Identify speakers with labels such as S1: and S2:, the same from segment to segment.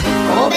S1: 神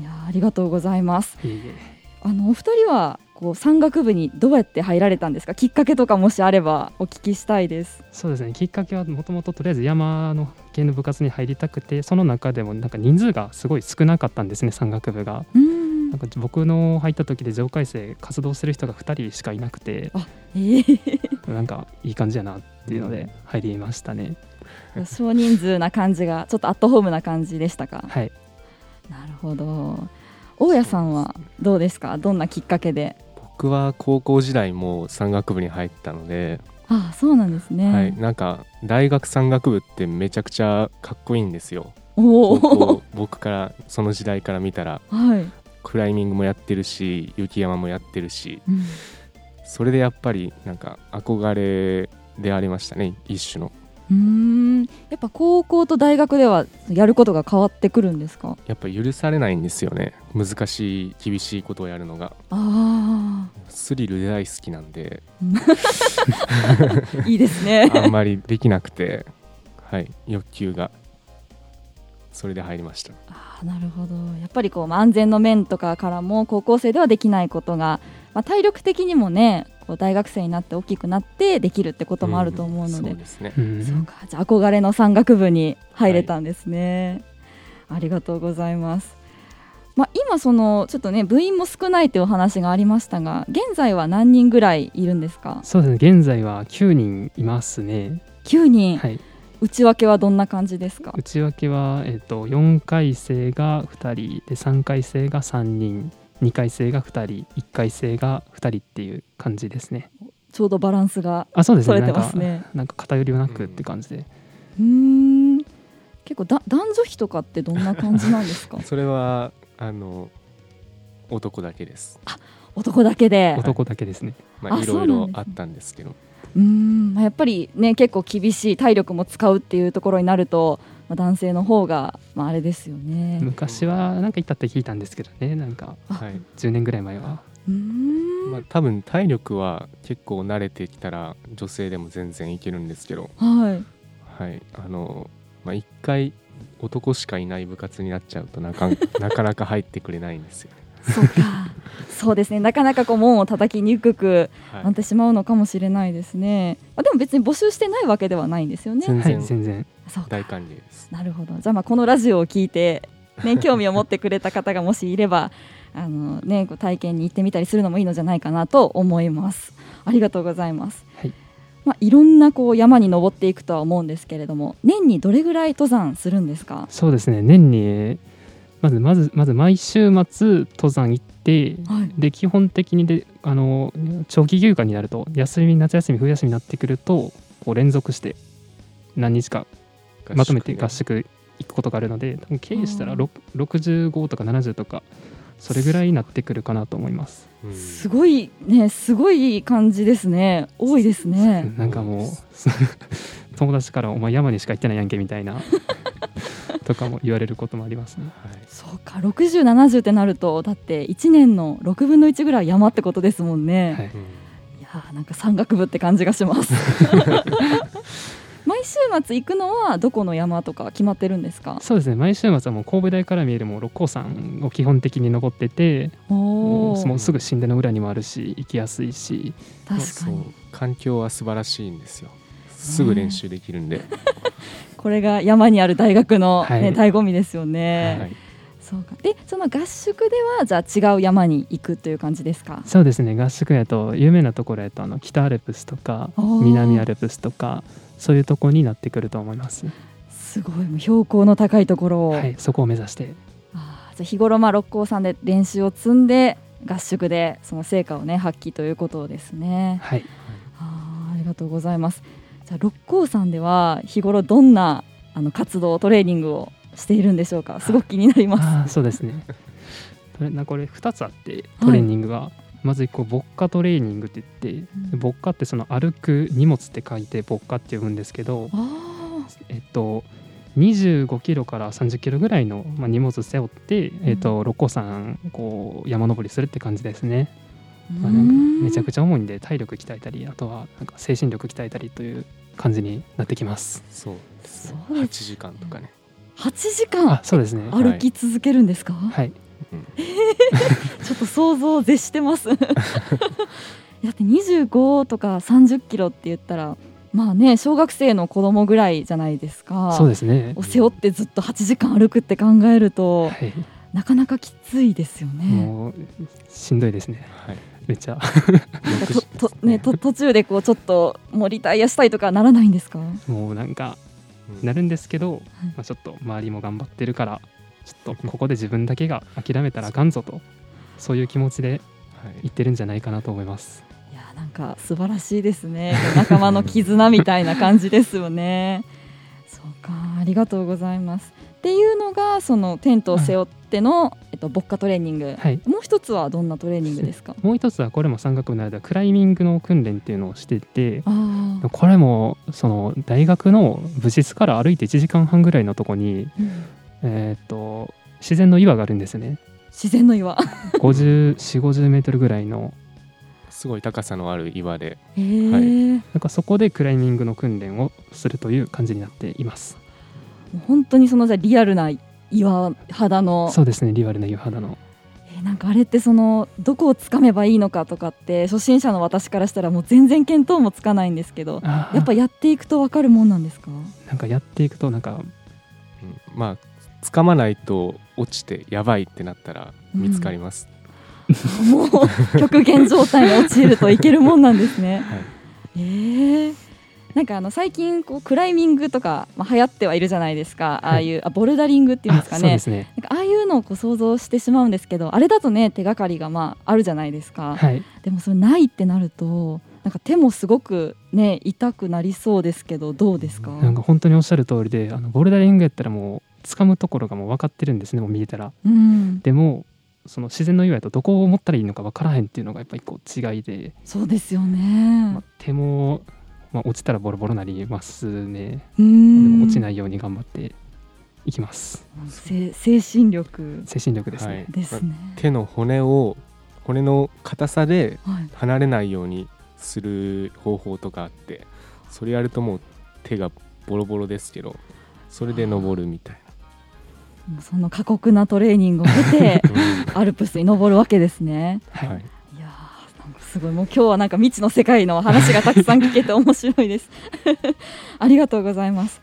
S2: やあありがとうございます。
S3: えいえ
S2: あのお二人はこう山岳部にどうやって入られたんですかきっかけとかもしあればお聞きしたいです。
S3: そうですねきっかけはもともととりあえず山の系の部活に入りたくてその中でもなんか人数がすごい少なかったんですね山岳部が。
S2: うん
S3: なんか僕の入った時で上階生活動する人が2人しかいなくて
S2: ええ
S3: なんかいい感じやなっていうので入りましたね。
S2: 少人数な感じがちょっとアットホームな感じでしたか。
S3: はい、
S2: なるほど。大家さんはどうですかどんなきっかけで。
S4: 僕は高校時代も山岳部に入ったので、
S2: ああそうなんですね。
S4: はい、なんか大学山岳部ってめちゃくちゃかっこいいんですよ。
S2: お
S4: 高
S2: お
S4: 校。僕からその時代から見たら
S2: はい。
S4: クライミングもやってるし雪山もやってるしそれでやっぱりなんか憧れでありましたね一種の
S2: うん。やっぱ高校と大学ではやることが変わってくるんですか。
S4: やっぱ許されないんですよね難しい厳しいことをやるのが
S2: あ
S4: スリル大好きなんで
S2: あ、 いいですね。
S4: あんまりできなくてはい欲求がそれで入りました
S2: あーなるほどやっぱりこうまあ安全の面とかからも高校生ではできないことが、まあ、体力的にもねこう大学生になって大きくなってできるってこともあると思うので、
S4: んそうですね
S3: うん
S2: そうかじゃあ憧れの山岳部に入れたんですね、ありがとうございます、まあ、今そのちょっとね部員も少ないというお話がありましたが現在は何人ぐらいいるんですか
S3: そうですね現在は9人いますね。
S2: 9人、
S3: はい、
S2: 内訳はどんな感じですか
S3: 内訳は、えっと4回生が2人で3回生が3人2回生が2人1回生が2人っていう感じですね。
S2: ちょうどバランスが
S3: あそうです
S2: 取
S3: ね
S2: れてます
S3: なんか
S2: ね
S3: なんか偏りはなくって感じで、
S2: うーん結構だ男女比とかってどんな感じなんです か
S4: それはあの男だけです、
S2: 男だけで
S3: 男だけですね。
S4: まあ、
S2: あ
S4: いろい
S2: そうなんです
S4: ろ
S2: ね
S4: あったんですけど
S2: うーん、まあ、やっぱりね結構厳しい体力も使うっていうところになると、まあ、男性の方が、まあ、あれですよね、
S3: 昔はなんか言ったって聞いたんですけどねなんか
S2: あ
S4: はい、
S3: 10年ぐらい前は
S2: うーん
S4: まあ、多分体力は結構慣れてきたら女性でも全然いけるんですけど
S2: はい
S4: はい、あの、まあ、一回男しかいない部活になっちゃうとなか なかなか入ってくれないんですよ、ね。
S2: そうかそうですねなかなかこう門を叩きにくく
S4: は
S2: なっ
S4: い、
S2: てしまうのかもしれないですね、まあ、でも別に募集してないわけではないんですよね
S4: 全
S3: はい
S4: 然
S3: 全然
S2: そうか
S4: 大歓迎です。
S2: なるほどじゃあまあこのラジオを聞いて、 ね、興味を持ってくれた方がもしいればあの、ね、こう体験に行ってみたりするのもいいのじゃないかなと思います。ありがとうございます、
S3: はい
S2: まあ、いろんなこう山に登っていくとは思うんですけれども年にどれぐらい登山するんですか、
S3: そうですね年にまずまずまず毎週末登山行って
S2: はい、
S3: で基本的にであの長期休暇になると休み夏休み冬休みになってくるとこう連続して何日かまとめて合
S4: 宿
S3: 宿行くことがあるので多分経営した
S2: あ
S3: ら
S2: ー
S3: ろく65とか70とかそれぐらいになってくるかなと思います。
S4: ね、うん
S2: すごいねすごい感じですね多いですね。
S3: なんかもう 友達から「お前山にしか行ってないやんけ」みたい なとかも言われることもありますね。
S4: はい
S2: そうか6070ってなるとだって1年の6分の1ぐらい山ってことですもんね。
S3: はい
S4: うん
S2: いやーなんか山岳部って感じがし ます。毎週末行くのはどこの山とか決まってるんですか。
S3: そうですね毎週末はもう神戸大から見えるもう六甲山を基本的に登ってて
S2: お
S3: も
S2: お
S3: う、もうすぐ神殿の裏にもあるし行きやすいし
S2: 確か
S4: そう
S2: に
S4: 環境は素晴らしいんですよ。すぐ練習できるんで、
S2: これが山にある大学の、ね
S3: はい
S2: 醍醐味ですよね。
S4: はい、
S2: そうかでその合宿ではじゃあ違う山に行くという感じですか
S3: そうですね合宿やと有名なところやとあの北アルプスとか
S2: おー
S3: 南アルプスとかそういうところになってくると思います、
S2: すごいもう標高の高いところを、
S3: はい、そこを目指して
S2: あーじゃあ日頃まあ六甲山で練習を積んで合宿でその成果をね発揮ということですね
S3: はい
S2: あーありがとうございますじゃあ六甲山では日頃どんなあの活動トレーニングをしているんでしょうかすごく気になります
S3: あーそうですね トレなこれ2つあってトレーニングが、まず1個牧歌トレーニングって言って
S2: うん
S3: 牧歌ってその歩く荷物って書いて牧歌って呼ぶんですけど
S2: あ
S3: えっと25キロから30キロぐらいの、まあ、荷物背負って、えっと、六甲山こう山登りするって感じですね、
S2: ー
S3: まあなんかめちゃくちゃ重いんで体力鍛えたりあとはなんか精神力鍛えたりという感じになってきます
S4: そうですね
S2: そうで
S4: 8時間とかね
S2: 8時
S3: あ
S2: 間
S3: そうですね
S4: あ
S2: 歩き続けるんですか、
S3: はい
S2: ちょっと想像を絶してます だって25とか30キロって言ったらまあね小学生の子供ぐらいじゃないですか
S3: そうですね
S2: を背負ってずっと8時間歩くって考えると
S3: はい
S2: なかなかきついですよね。
S3: もうしんどいですね
S4: はい
S3: めっち
S2: な
S3: ゃ
S2: んか
S4: 6時
S2: ととねと途中でこうちょっともうリタイアしたいとかならないんです か？
S3: もうなんか
S4: うん
S3: なるんですけど、まあ、ちょっと周りも頑張ってるからちょっ とここで自分だけが諦めたらあかんぞとそういう気持ちで
S4: はい
S3: 言ってるんじゃないかなと思います。
S2: いやなんか素晴らしいですね。仲間の絆みたいな感じですよ ね。そうかありがとうございます。っていうのがそのテントを背負ってのえっと牧歌トレーニング。
S3: はい、
S2: もう一つはどんなトレーニングですか？
S3: もう一つはこれも山岳部の間クライミングの訓練っていうのをしてて
S2: ああ、
S3: これもその大学の部室から歩いて1時間半ぐらいのとこに、
S2: うん
S3: えーっと自然の岩があるんで すね
S2: 自然の岩。
S3: 5 0 4 5 0メートルぐらいの
S4: すごい高さのある岩で
S2: へえ、
S3: なんかそこでクライミングの訓練をするという感じになっています
S2: もう本当にそのじゃあリアルな岩肌の
S3: そうですねリアルな岩肌の
S2: えーなんかあれってそのどこをつかめばいいのかとかって初心者の私からしたらもう全然見当もつかないんですけど
S3: あー
S2: やっぱやっていくとわかるもんなんですか
S3: なんかやっていくとなんか
S4: うんまあ掴まないと落ちてやばいってなったら見つかります、
S2: もう極限状態に陥るといけるもんなんですね。
S4: はい
S2: えーなんかあの最近こうクライミングとか、まあ、流行ってはいるじゃないですかああいう、あボルダリングっていうんですか
S3: あそう
S2: ね
S3: ですね
S2: なんかああいうのをこう想像してしまうんですけどあれだとね手がかりがまああるじゃないですか。
S3: はい
S2: でもそれないってなるとなんか手もすごくね痛くなりそうですけどどうですか
S3: なんか本当におっしゃる通りであのボルダリングやったらもう掴むところがもう分かってるんですねもう見えたら
S2: うん、
S3: でもその自然の岩やとどこを持ったらいいのか分からへんっていうのがやっぱりこう違いで、
S2: そうですよね、
S3: まあ、手も、まあ、落ちたらボロボロなりますね
S2: う
S3: で
S2: ん
S3: も落ちないように頑張っていきます
S2: せ精神力
S3: 精神力です
S4: は
S3: ね
S4: い、
S2: ですね、
S4: 手の骨を骨の硬さで
S2: はい、
S4: 離れないようにする方法とかあってそれやるともう手がボロボロですけどそれで登るみたい
S2: もうその過酷なトレーニングを経 てアルプスに登るわけですね
S3: はい
S4: な、はい、
S2: いやーなんかすごいもう今日はなんか未知の世界の話がたくさん聞けて面白いです ありがとうございます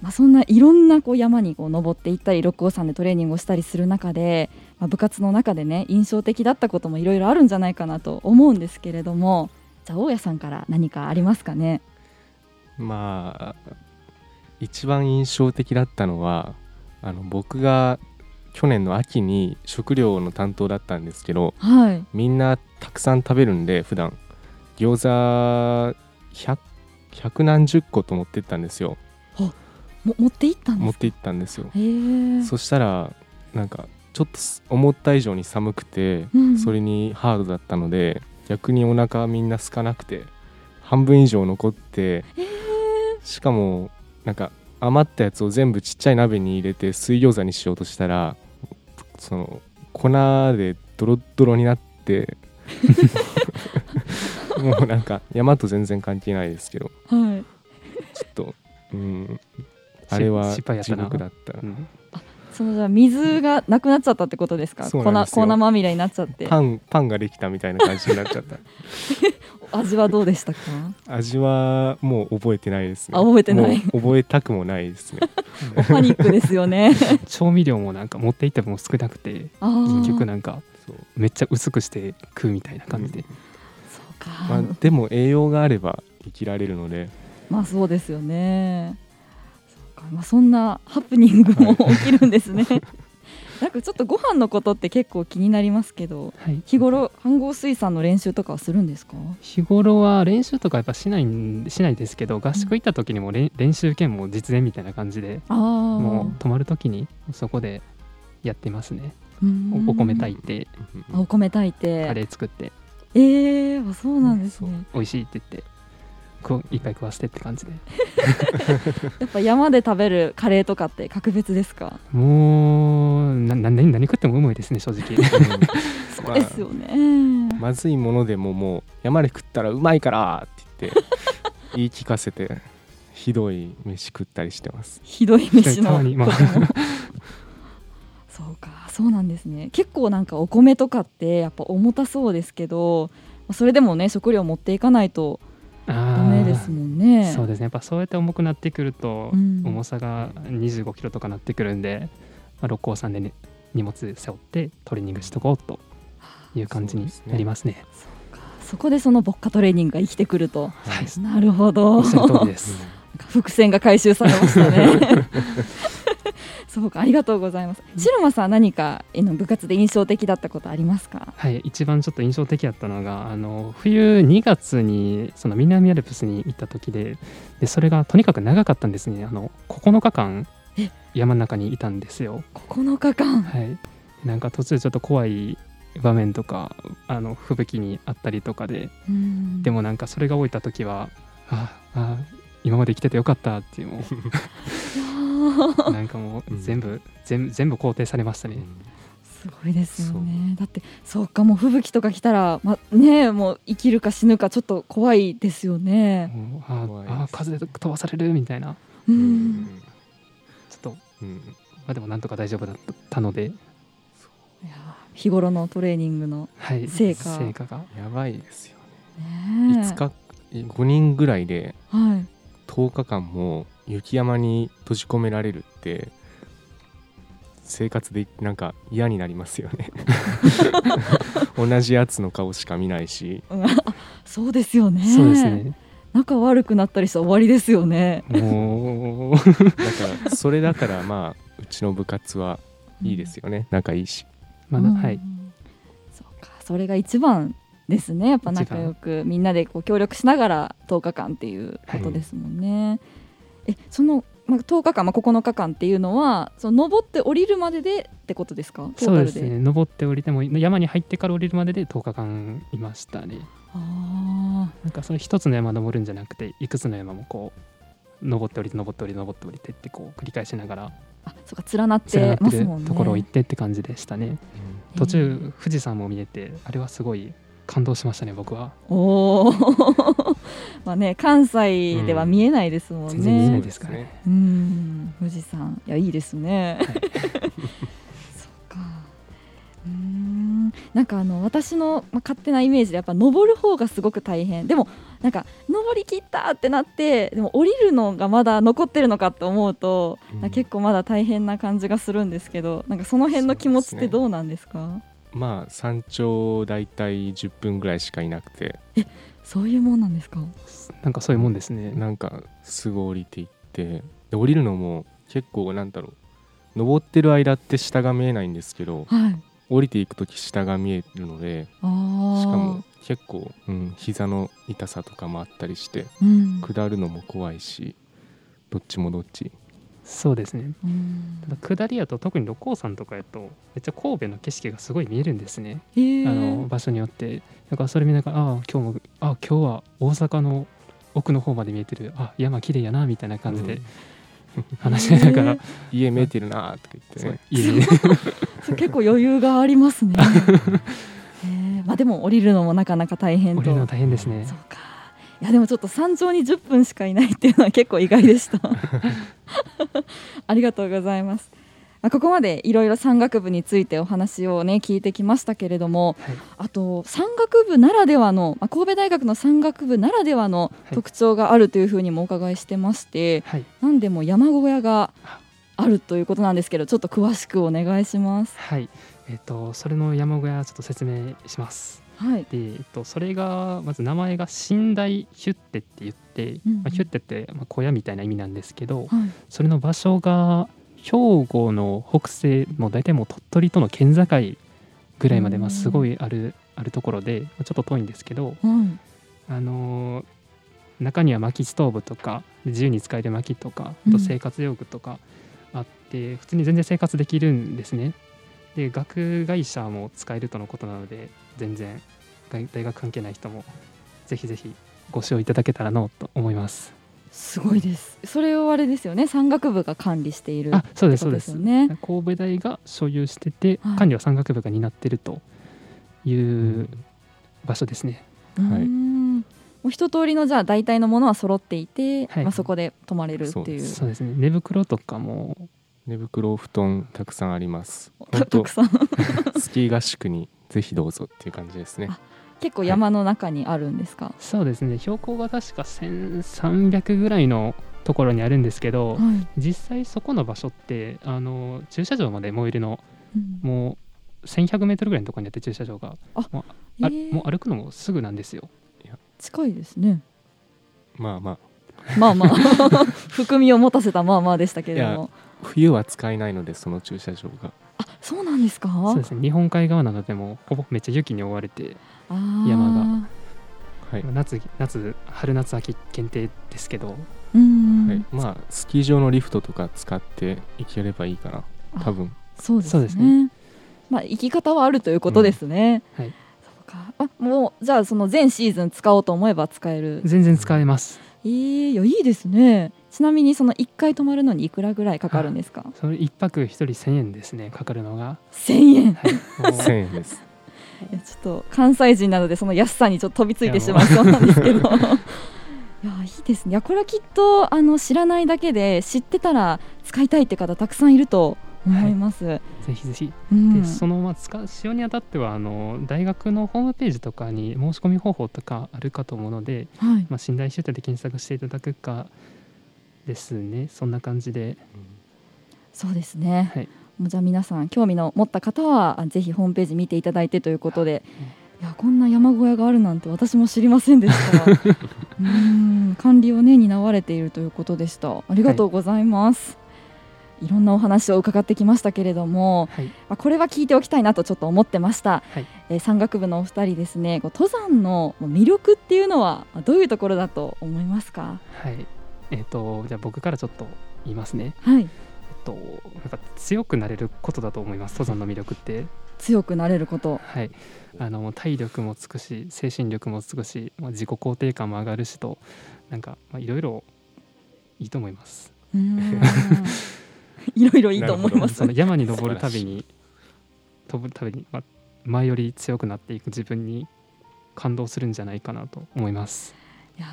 S2: まあそんないろんなこう山にこう登っていったり六甲山でトレーニングをしたりする中で、まあ、部活の中でね印象的だったこともいろいろあるんじゃないかなと思うんですけれどもじゃあ大家さんから何かありますかね
S4: まあ一番印象的だったのはあの僕が去年の秋に食料の担当だったんですけど
S2: はい
S4: みんなたくさん食べるんで普段餃子 100, 100何十個と持ってったんですよ
S2: も持っていったん
S4: 持
S2: で
S4: っ
S2: す
S4: て行ったんですよ
S2: へえ
S4: そしたらなんかちょっとす思った以上に寒くて、
S2: うん
S4: それにハードだったので逆にお腹みんな空かなくて半分以上残って
S2: えー
S4: しかもなんか余ったやつを全部ちっちゃい鍋に入れて水餃子にしようとしたらその粉でドロッドロになって もうなんか山と全然関係ないですけど
S2: はい
S4: ちょっとうんあれは
S3: し失敗やっ
S4: 地
S3: たな
S4: 獄だった
S3: うん
S2: そのじゃあ水がなくなっちゃったってことですか
S4: そうなんですよ
S2: 粉粉まみれになっちゃって
S4: パンパンができたみたいな感じになっちゃった
S2: 味はどうでしたか
S4: 味はもう覚えてないですね
S2: あ覚えてない
S4: もう覚えたくもない ですね
S2: パニックですよね
S3: 調味料もなんか持っていっても少なくて
S2: あー
S3: 結局なんか
S4: そう
S3: めっちゃ薄くして食うみたいな感じで、
S2: そうか、
S4: まあ、でも栄養があれば生きられるので
S2: まあそうですよね。そうかまあそんなハプニングも起きるんですね。なんかちょっとご飯のことって結構気になりますけど、
S3: はい、
S2: 日頃飯合水産の練習とかはするんですか？
S3: 日頃は練習とかやっぱしないんしないですけど合宿行った時にもれん練習兼も実演みたいな感じで
S2: ああ、
S3: もう泊まる時にそこでやってますね
S2: う
S3: お
S2: ん
S3: お米炊いて
S2: あお米炊いて。
S3: カレー作って
S2: ええー、あそうなんですね。
S3: 美味しいって言ってこういっぱい食わせてって感じで
S2: やっぱ山で食べるカレーとかって格別ですか？
S3: もうなな何何食ってもうまいですね正直
S4: そう
S2: そうですよね。
S4: まずいものでももう山で食ったらうまいからっ て言って言い聞かせてひどい飯食ったりしてます
S2: ひどい飯の
S3: たまにまあ
S2: こともそうかそうなんですね結構なんかお米とかってやっぱ重たそうですけどそれでもね食料持っていかないとダ
S3: ダ
S2: メですもんね
S3: そうですねやっぱそうやって重くなってくると、
S2: うん
S3: 重さが2 5キロとかなってくるんで、まあ、六甲山で、ね、荷物背負ってトレーニングしとこうという感じになりますね。
S2: そこでそのボッカトレーニングが生きてくると
S3: はい
S2: なるほ
S3: お
S2: ど
S3: っしゃる通り です。
S2: 伏線が回収されました ねそうかありがとうございます白間さん何かえの部活で印象的だったことありますか
S3: はい、一番ちょっと印象的だったのがあの冬2月にその南アルプスに行った時ででそれがとにかく長かったんですねあの9日間山の中にいたんですよ。
S2: 9日間
S3: はい、なんか途中ちょっと怖い場面とかあの吹雪にあったりとかで
S2: うん
S3: でもなんかそれが置いた時はああ今まで生きててよかったっていうも
S2: いやー
S3: うなんかもう全部全部全部肯定されましたね、
S2: すごいですよね。だってそうかもう吹雪とか来たらまねえもう生きるか死ぬかちょっと怖いですよね。
S3: もう
S4: 怖いです
S3: ああ風で飛ばされるみたいな
S2: う。
S4: うんん
S3: ちょっと、ま
S4: うん
S3: あ、でもなんとか大丈夫だったので、
S2: いや日頃のトレーニングの
S3: はい、
S2: 成果
S3: が
S4: やばいですよね
S2: ねえ
S4: 5日5人ぐらいで
S2: はい。
S4: 10日間も雪山に閉じ込められるって生活でなんか嫌になりますよね 同じやつの顔しか見ないし
S2: うんあそうですよね。
S3: そうです。ね
S2: 仲悪くなったりしたら終わりですよね。
S3: もう
S4: だからそれだからまあうちの部活はいいですよね仲いいし
S3: まだ、
S2: うん
S3: はい。
S2: そうかそれが一番ですねやっぱ仲良くみんなでこう協力しながら10日間っていうことですもんね。えその、まあ、10日間、まあ、9日間っていうのはその登って降りるまででってことですかトー
S3: そう
S2: タルで
S3: で
S2: す
S3: ね登って降りても山に入ってから降りるまでで10日間いましたね
S2: あー
S3: なんかその一つの山登るんじゃなくていくつの山もこう登って降りて登って降りて登って降りてってこう繰り返しながら
S2: あそうか連なっ
S3: 連な
S2: て
S3: っ
S2: ま
S3: て
S2: す
S3: る
S2: もんね。
S3: ところを行ってって感じでしたね、
S2: うん
S3: 途中富士山も見えてあれはすごい感動しましたね僕は
S2: おー まあね関西では見えないですもん
S3: 全然見え
S2: ね。
S3: ないですからね
S2: うん、富士山、いや、いいですね。 そうか。うーん、なんかあの私の、まあ、勝手なイメージでやっぱ登る方がすごく大変でもなんか登りきったってなってでも降りるのがまだ残ってるのかと思うと、
S4: うん
S2: なんか結構まだ大変な感じがするんですけどなんかその辺の気持ち
S4: そ
S2: っ
S4: う
S2: て
S4: ですね
S2: どうなんですか
S4: まあ山頂大体10分ぐらいしかいなくて
S2: そう,、いうもんなんですか
S3: なんかそういうもんですね
S4: なんかすぐ降りていってで降りるのも結構なんだろう登ってる間って下が見えないんですけど
S2: はい
S4: 降りていく時下が見えるので
S2: あー
S4: しかも結構、うん、膝の痛さとかもあったりして
S2: うん
S4: 下るのも怖いしどっちもどっち
S3: そうですね
S2: うん
S3: ただ下りやと特に六甲山とかやとめっちゃ神戸の景色がすごい見えるんですね、
S2: えー
S3: あの場所によってだからそれ見ながらああ今日もあ今日は大阪の奥の方まで見えてるあ山綺麗やなみたいな感じ
S4: う
S3: で
S4: ん
S3: 話しながら、
S2: へー
S4: 家見えてるなーとか言って
S3: そう
S4: ね
S3: いいね
S2: そう 結構余裕があります ね。えーまあでも降りるのもなかなか大変と。
S3: 降りるの大変ですね
S2: そうか。いやでもちょっと山頂に10分 しかいないっていうのは結構意外でした。ありがとうございます。あここまでいろいろ山岳部についてお話をね聞いてきましたけれども、
S3: はい
S2: あと山岳部ならではの、まあ、神戸大学の山岳部ならではの
S3: い
S2: 特徴があるというふうにもお伺いしてまして、
S3: はい
S2: なんでも山小屋があるということなんですけどちょっと詳しくお願いします。
S3: はいえっとそれの山小屋ちょっと説明します
S2: はい、
S3: で、えっと、それがまず名前が寝台ヒュッテって言って、
S2: うん
S3: まあ、ヒュッテってまあ小屋みたいな意味なんですけど
S2: はい
S3: それの場所が兵庫の北西もう大体もう鳥取との県境ぐらいまでまあすごいあるあるところでまあちょっと遠いんですけど
S2: うん
S3: あのー中には薪ストーブとか自由に使える薪とか
S2: うん
S3: あと生活用具とかあって、普通に全然生活できるんですねで学外者も使えるとのことなので全然大大学関係ない人もぜひぜひご使用いただけたらなと思います
S2: すごいです。それをあれですよね。山岳部が管理している
S3: あそうで
S2: こ
S3: すそ
S2: と
S3: うで
S2: ですすよね。
S3: 神戸大が所有してて、
S2: はい
S3: 管理は山岳部が担ってるという場所ですね。
S2: う
S4: はい
S2: んもう一通りのじゃあ大体のものは揃っていて、
S3: はい
S2: まあそこで泊まれるっていう。
S3: そうですね寝袋とかも
S4: 寝袋布団たくさんあり ます
S2: た
S4: 本
S2: た
S4: 当
S2: くさん
S4: スキー合宿にぜひどうぞっていう感じですね
S2: あ 結構山の中にあるんですか。
S3: そうですね標高が確か1300ぐらいのところにあるんですけど、
S2: はい
S3: 実際そこの場所ってあの駐車場まで燃えるの
S2: うん
S3: もう1100メートルぐらいのところにあって駐車場があ
S2: えー
S3: もう歩くのもすぐなんですよ。
S2: 近いですね。
S4: まあまあ
S2: ま あまあ含みを持たせたまあまあでしたけれども。
S4: 冬は使えないのでその駐車場が
S2: あそうなんですか。
S3: そうですね日本海側などでもほぼめっちゃ雪に覆われて
S2: あー
S3: 山
S4: はい、
S3: 夏夏春夏秋限定ですけど
S2: うん、
S4: はい、まあスキー場のリフトとか使って行ければいいかな多分
S2: そうです
S3: そう
S2: ね。
S3: ですね
S2: まあ生き方はあるということですね。
S3: うんはい
S2: そうか。あもうじゃあその全シーズン使おうと思えば使える。
S3: 全然使えます
S2: えー、いやいいですね。ちなみにその一回泊まるのにいくらぐらいかかるんですか。
S3: それ一泊一人1000円ですねかかるのが、
S2: 千円。い
S3: はい、もう
S4: 1000円です
S2: やちょっと関西人なのでその安さにちょっと飛びついてしまいそうなんですけど。い やいいですね。いやこれはきっとあの知らないだけで知ってたら使いたいって方たくさんいると思います。
S3: ぜひぜひ、
S2: うん
S3: でそのまあ使う使用にあたってはあの大学のホームページとかに申し込み方法とかあるかと思うので、
S2: はい。
S3: まあ、信頼集団で検索していただくかですねそんな感じで
S2: そうですね、
S3: はい
S2: もうじゃあ皆さん興味の持った方はあぜひホームページ見ていただいてということで、いやこんな山小屋があるなんて私も知りませんでした うーん管理をね担われているということでしたありがとうございます、いろんなお話を伺ってきましたけれども、
S3: はい
S2: まあこれは聞いておきたいなとちょっと思ってました、
S3: はい
S2: えー山岳部のお二人ですねこう登山の魅力っていうのはまあどういうところだと思いますか
S3: はいえっ、とじゃあ僕からちょっと言いますね
S2: はい
S3: えっとなんか強くなれることだと思います登山の魅力って
S2: 強くなれること
S3: はい、あの体力もつくし精神力もつくし、まあ、自己肯定感も上がるしとなんかまあいろいろいいと思います。
S2: うー んいろいろいいと思い
S4: なる
S2: ま
S4: ほ
S2: す
S3: その。山に登るたびに飛ぶたびに、まあ、前より強くなっていく自分に感動するんじゃないかなと思います。
S2: いや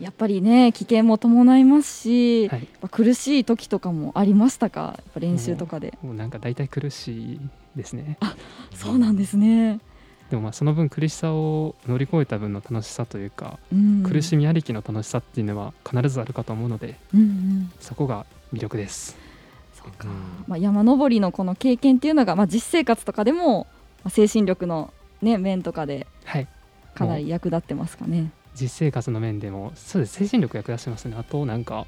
S2: ーやっぱりね危険も伴いますし、
S3: はい
S2: やっぱ苦しい時とかもありましたかやっぱ練習とかで、
S3: もうなんか大体苦しいですね。
S2: そうなんですね、
S3: でもまあその分苦しさを乗り越えた分の楽しさというか、
S2: うん、
S3: 苦し
S2: み、
S3: みありきの楽しさっていうのは必ずあるかと思うので
S2: うんうん、
S3: そこが魅力です。
S2: そうか、
S4: うん
S2: まあ、山登りのこの経験っていうのが、まあ、実生活とかでも、まあ、精神力の、ね、面とかで
S3: はい
S2: かなり役立ってますか ね。
S3: 実生活の面でもそうです精神力役立ちますねあとなんか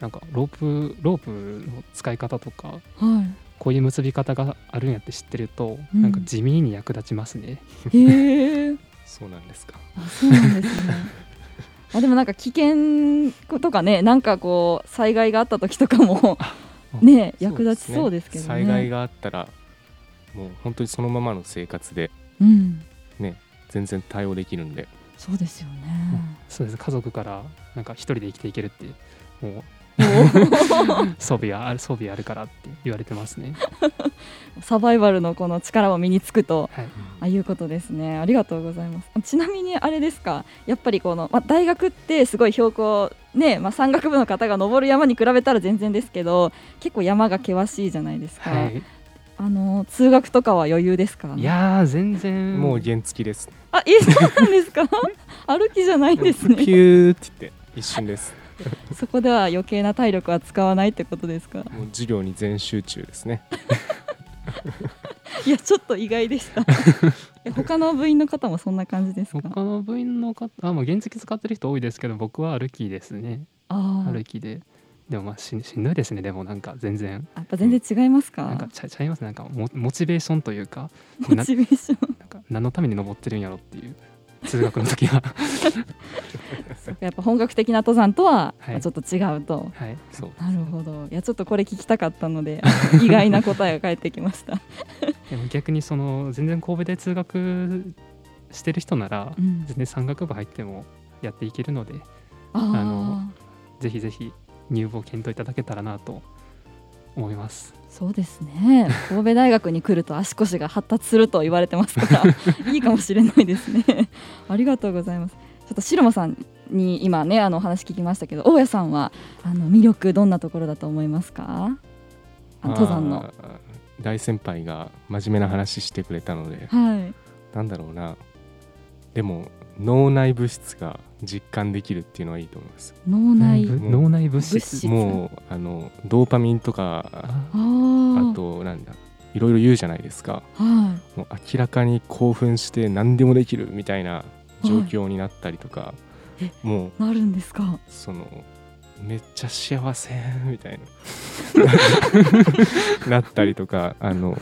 S3: なんかロープロープの使い方とか
S2: は
S3: こういう結び方があるんやって知ってると、
S2: うん
S3: なんか地味に役立ちますね
S2: い、へえ
S4: そうなんですか
S2: あそうなんですね。あでもなんか危険とかねなんかこう災害があった時とかも ね役立ちそうですけどね。
S4: 災害があったらもう本当にそのままの生活で
S2: うん
S4: 全然対応できるんで
S2: そうですよね。
S3: そうです家族からなんか一人で生きていけるってもう 装備がある装備あるからって言われてますね。
S2: サバイバルのこの力を身につくと
S3: はい、
S2: あいうことですね。ありがとうございます。ちなみにあれですか、やっぱりこの、まあ、大学ってすごい標高、ねまあ、山岳部の方が登る山に比べたら全然ですけど、結構山が険しいじゃないですか。
S3: はい
S2: あの通学とかは余裕ですか。
S3: いやー全然
S4: もう原付です
S2: あ、え、そうなんですか。 歩きじゃないんです
S4: ピ
S2: ね。
S4: ューって言って一瞬 です
S2: そこでは余計な体力は使わないってことですか。
S4: もう授業に全集中ですね
S2: いや、ちょっと意外でした。 え他の部員の方もそんな感じですか。
S3: 他の部員の方あ、まあ、原付使ってる人多いですけど僕は歩きですね
S2: ああ、
S3: 歩きででもまあししんどいですねでもなんか全然
S2: やっぱ全然違います
S3: なん
S2: か
S3: か。ちゃちゃいますなんかモモチベーションというかな
S2: モチベーション。
S3: なんか何のために登ってるんやろっていう通学の時は
S2: やっぱ本格的な登山とは
S3: はい
S2: まあちょっと違うと。
S3: はい
S4: そう
S2: なるほど。いやちょっとこれ聞きたかったの で、意外な答えが返ってきました。
S3: でも逆にその全然神戸で通学してる人なら
S2: うん
S3: 全然山岳部入ってもやっていけるので あ
S2: あ
S3: の
S2: あ、
S3: ぜひぜひ入部を検討いただけたらなと思います
S2: そうですね。神戸大学に来ると足腰が発達すると言われてます から、いいかもしれないですね。ありがとうございます。ちょっと白間さんに今ねあのお話聞きましたけど、大家さんはあの魅力どんなところだと思いますか？あの登山の。
S4: あー大先輩が真面目な話してくれたので
S2: はい。
S4: なんだろうなでも脳内物質が実感できるっていうのはいいと思います
S2: 脳内
S3: 内
S2: 物
S3: 部脳内物質
S2: 質。
S4: もうあのドーパミンとか
S3: あ
S2: あ
S4: あとなんだいろいろ言うじゃないですか
S2: あ。はい。
S4: もう明らかに興奮して何でもできるみたいな状況になったりとか、
S2: いえ
S4: もう
S2: なるんですか。
S4: そのめっちゃ幸せみたい ななったりとかあの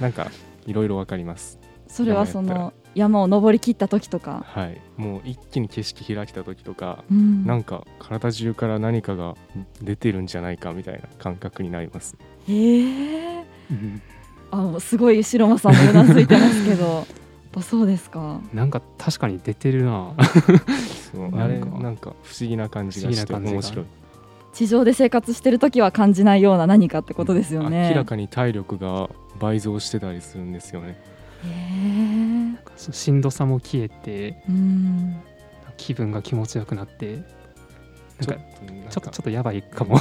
S4: なんかいろいろわかります
S2: それはそ
S4: 山や
S2: の山を登り切った時とか。
S4: はいもう一気に景色開けた時とか
S2: うん
S4: なんか体中から何かが出てるんじゃないかみたいな感覚になります
S2: ええ
S3: うん
S2: あもうすごい白間さんもうなずいてますけど、やっぱそうですか。
S3: なんか確かに出てるな
S4: そうあれ
S3: なんか
S4: なんか不思議な感じがして
S3: 不思議な
S4: 面
S3: 感じが
S4: 白い
S2: 地上で生活してる時は感じないような何かってことですよね。
S4: 明らかに体力が倍増してたりするんですよね
S2: え
S3: そうしんどさも消えて
S2: えうん。
S3: 気分が気持ちよくなってなんか
S4: ちょっとなんか
S3: ちょっとちょっとやばいかも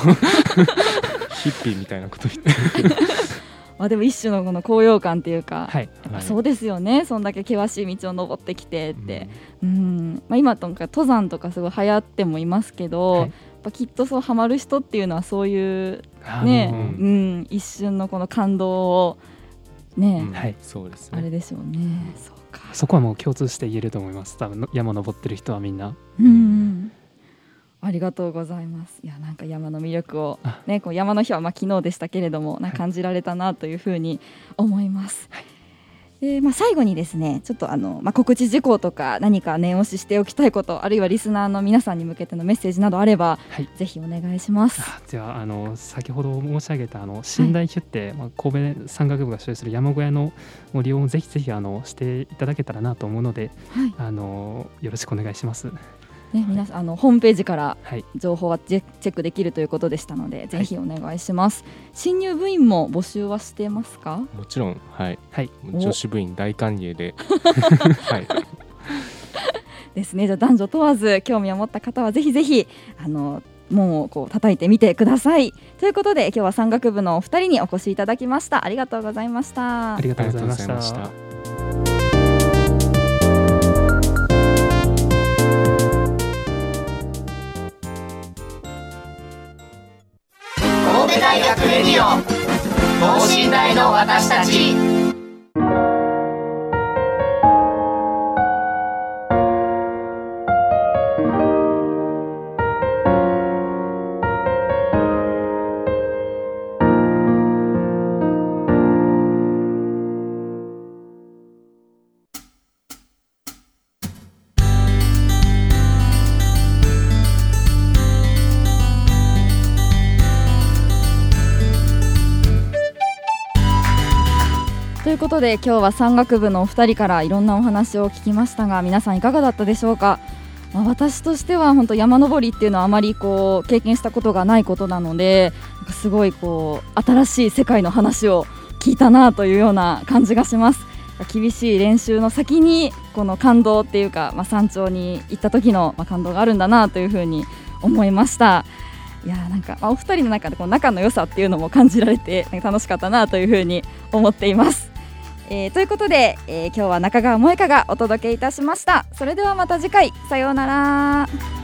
S4: ヒッピーみたいなこと言って
S2: まあでも一種のこの高揚感っていうか。
S3: はい
S2: やっぱそうですよね、そんだけ険しい道を登ってきてっ
S4: うん
S2: て、うんまあ、今とか登山とかすごい流行ってもいますけど、
S3: はい
S2: やっぱきっとそうハマる人っていうのはそういう
S3: あの
S2: ね
S4: う
S2: うんん、一瞬のこの感動をね、
S4: うん
S3: はい
S4: そうです
S2: あれ
S4: ね
S2: でしょうね。そうか。
S3: そこはもう共通して言えると思います多分の山登ってる人はみんな
S2: うんうん。ありがとうございます。いやなんか山の魅力を
S3: あ
S2: ねこう山の日はまあ昨日でしたけれどもなん
S3: は
S2: か
S3: い
S2: 感じられたなというふうに思います。でまあ、最後にですねちょっとあの、まあ、告知事項とか何か念押ししておきたいことあるいはリスナーの皆さんに向けてのメッセージなどあれば、
S3: はい
S2: ぜひお願いします。
S3: あではあの先ほど申し上げたあの寝台ヒュって、まあ、神戸山岳部が所有する山小屋のご利用もぜひぜひあのしていただけたらなと思うので
S2: はい
S3: あのよろしくお願いします。
S2: ね、皆さんあのホームページから
S3: はい
S2: 情報はチェチェックできるということでしたので、ぜひお願いします。新入部員も募集はしてますか？
S4: もちろんはい
S3: はい
S2: お
S4: 女子部員大歓迎ではい
S2: ですね。じゃあ男女問わず興味を持った方はぜひぜひあの門をこう叩いてみてください。ということで今日は山岳部のお二人にお越しいただきました。ありがとうございました。
S3: ありがとうございまし
S4: ありがとうございましたた。
S1: 神戸大学レディオ等身大の私たち
S2: ということで今日は山岳部のお二人からいろんなお話を聞きましたが皆さんいかがだったでしょうかまあ、私としては本当山登りっていうのはあまりこう経験したことがないことなのでなんかすごいこう新しい世界の話を聞いたなというような感じがします厳しい練習の先にこの感動っていうか、まあ、山頂に行った時のまあ感動があるんだなというふうに思いましたいやーなんか、まあ、お二人の中でこの仲の良さっていうのも感じられてなんか楽しかったなというふうに思っています、えーということで、えー今日は中川萌香がお届けいたしましたそれではまた次回さようなら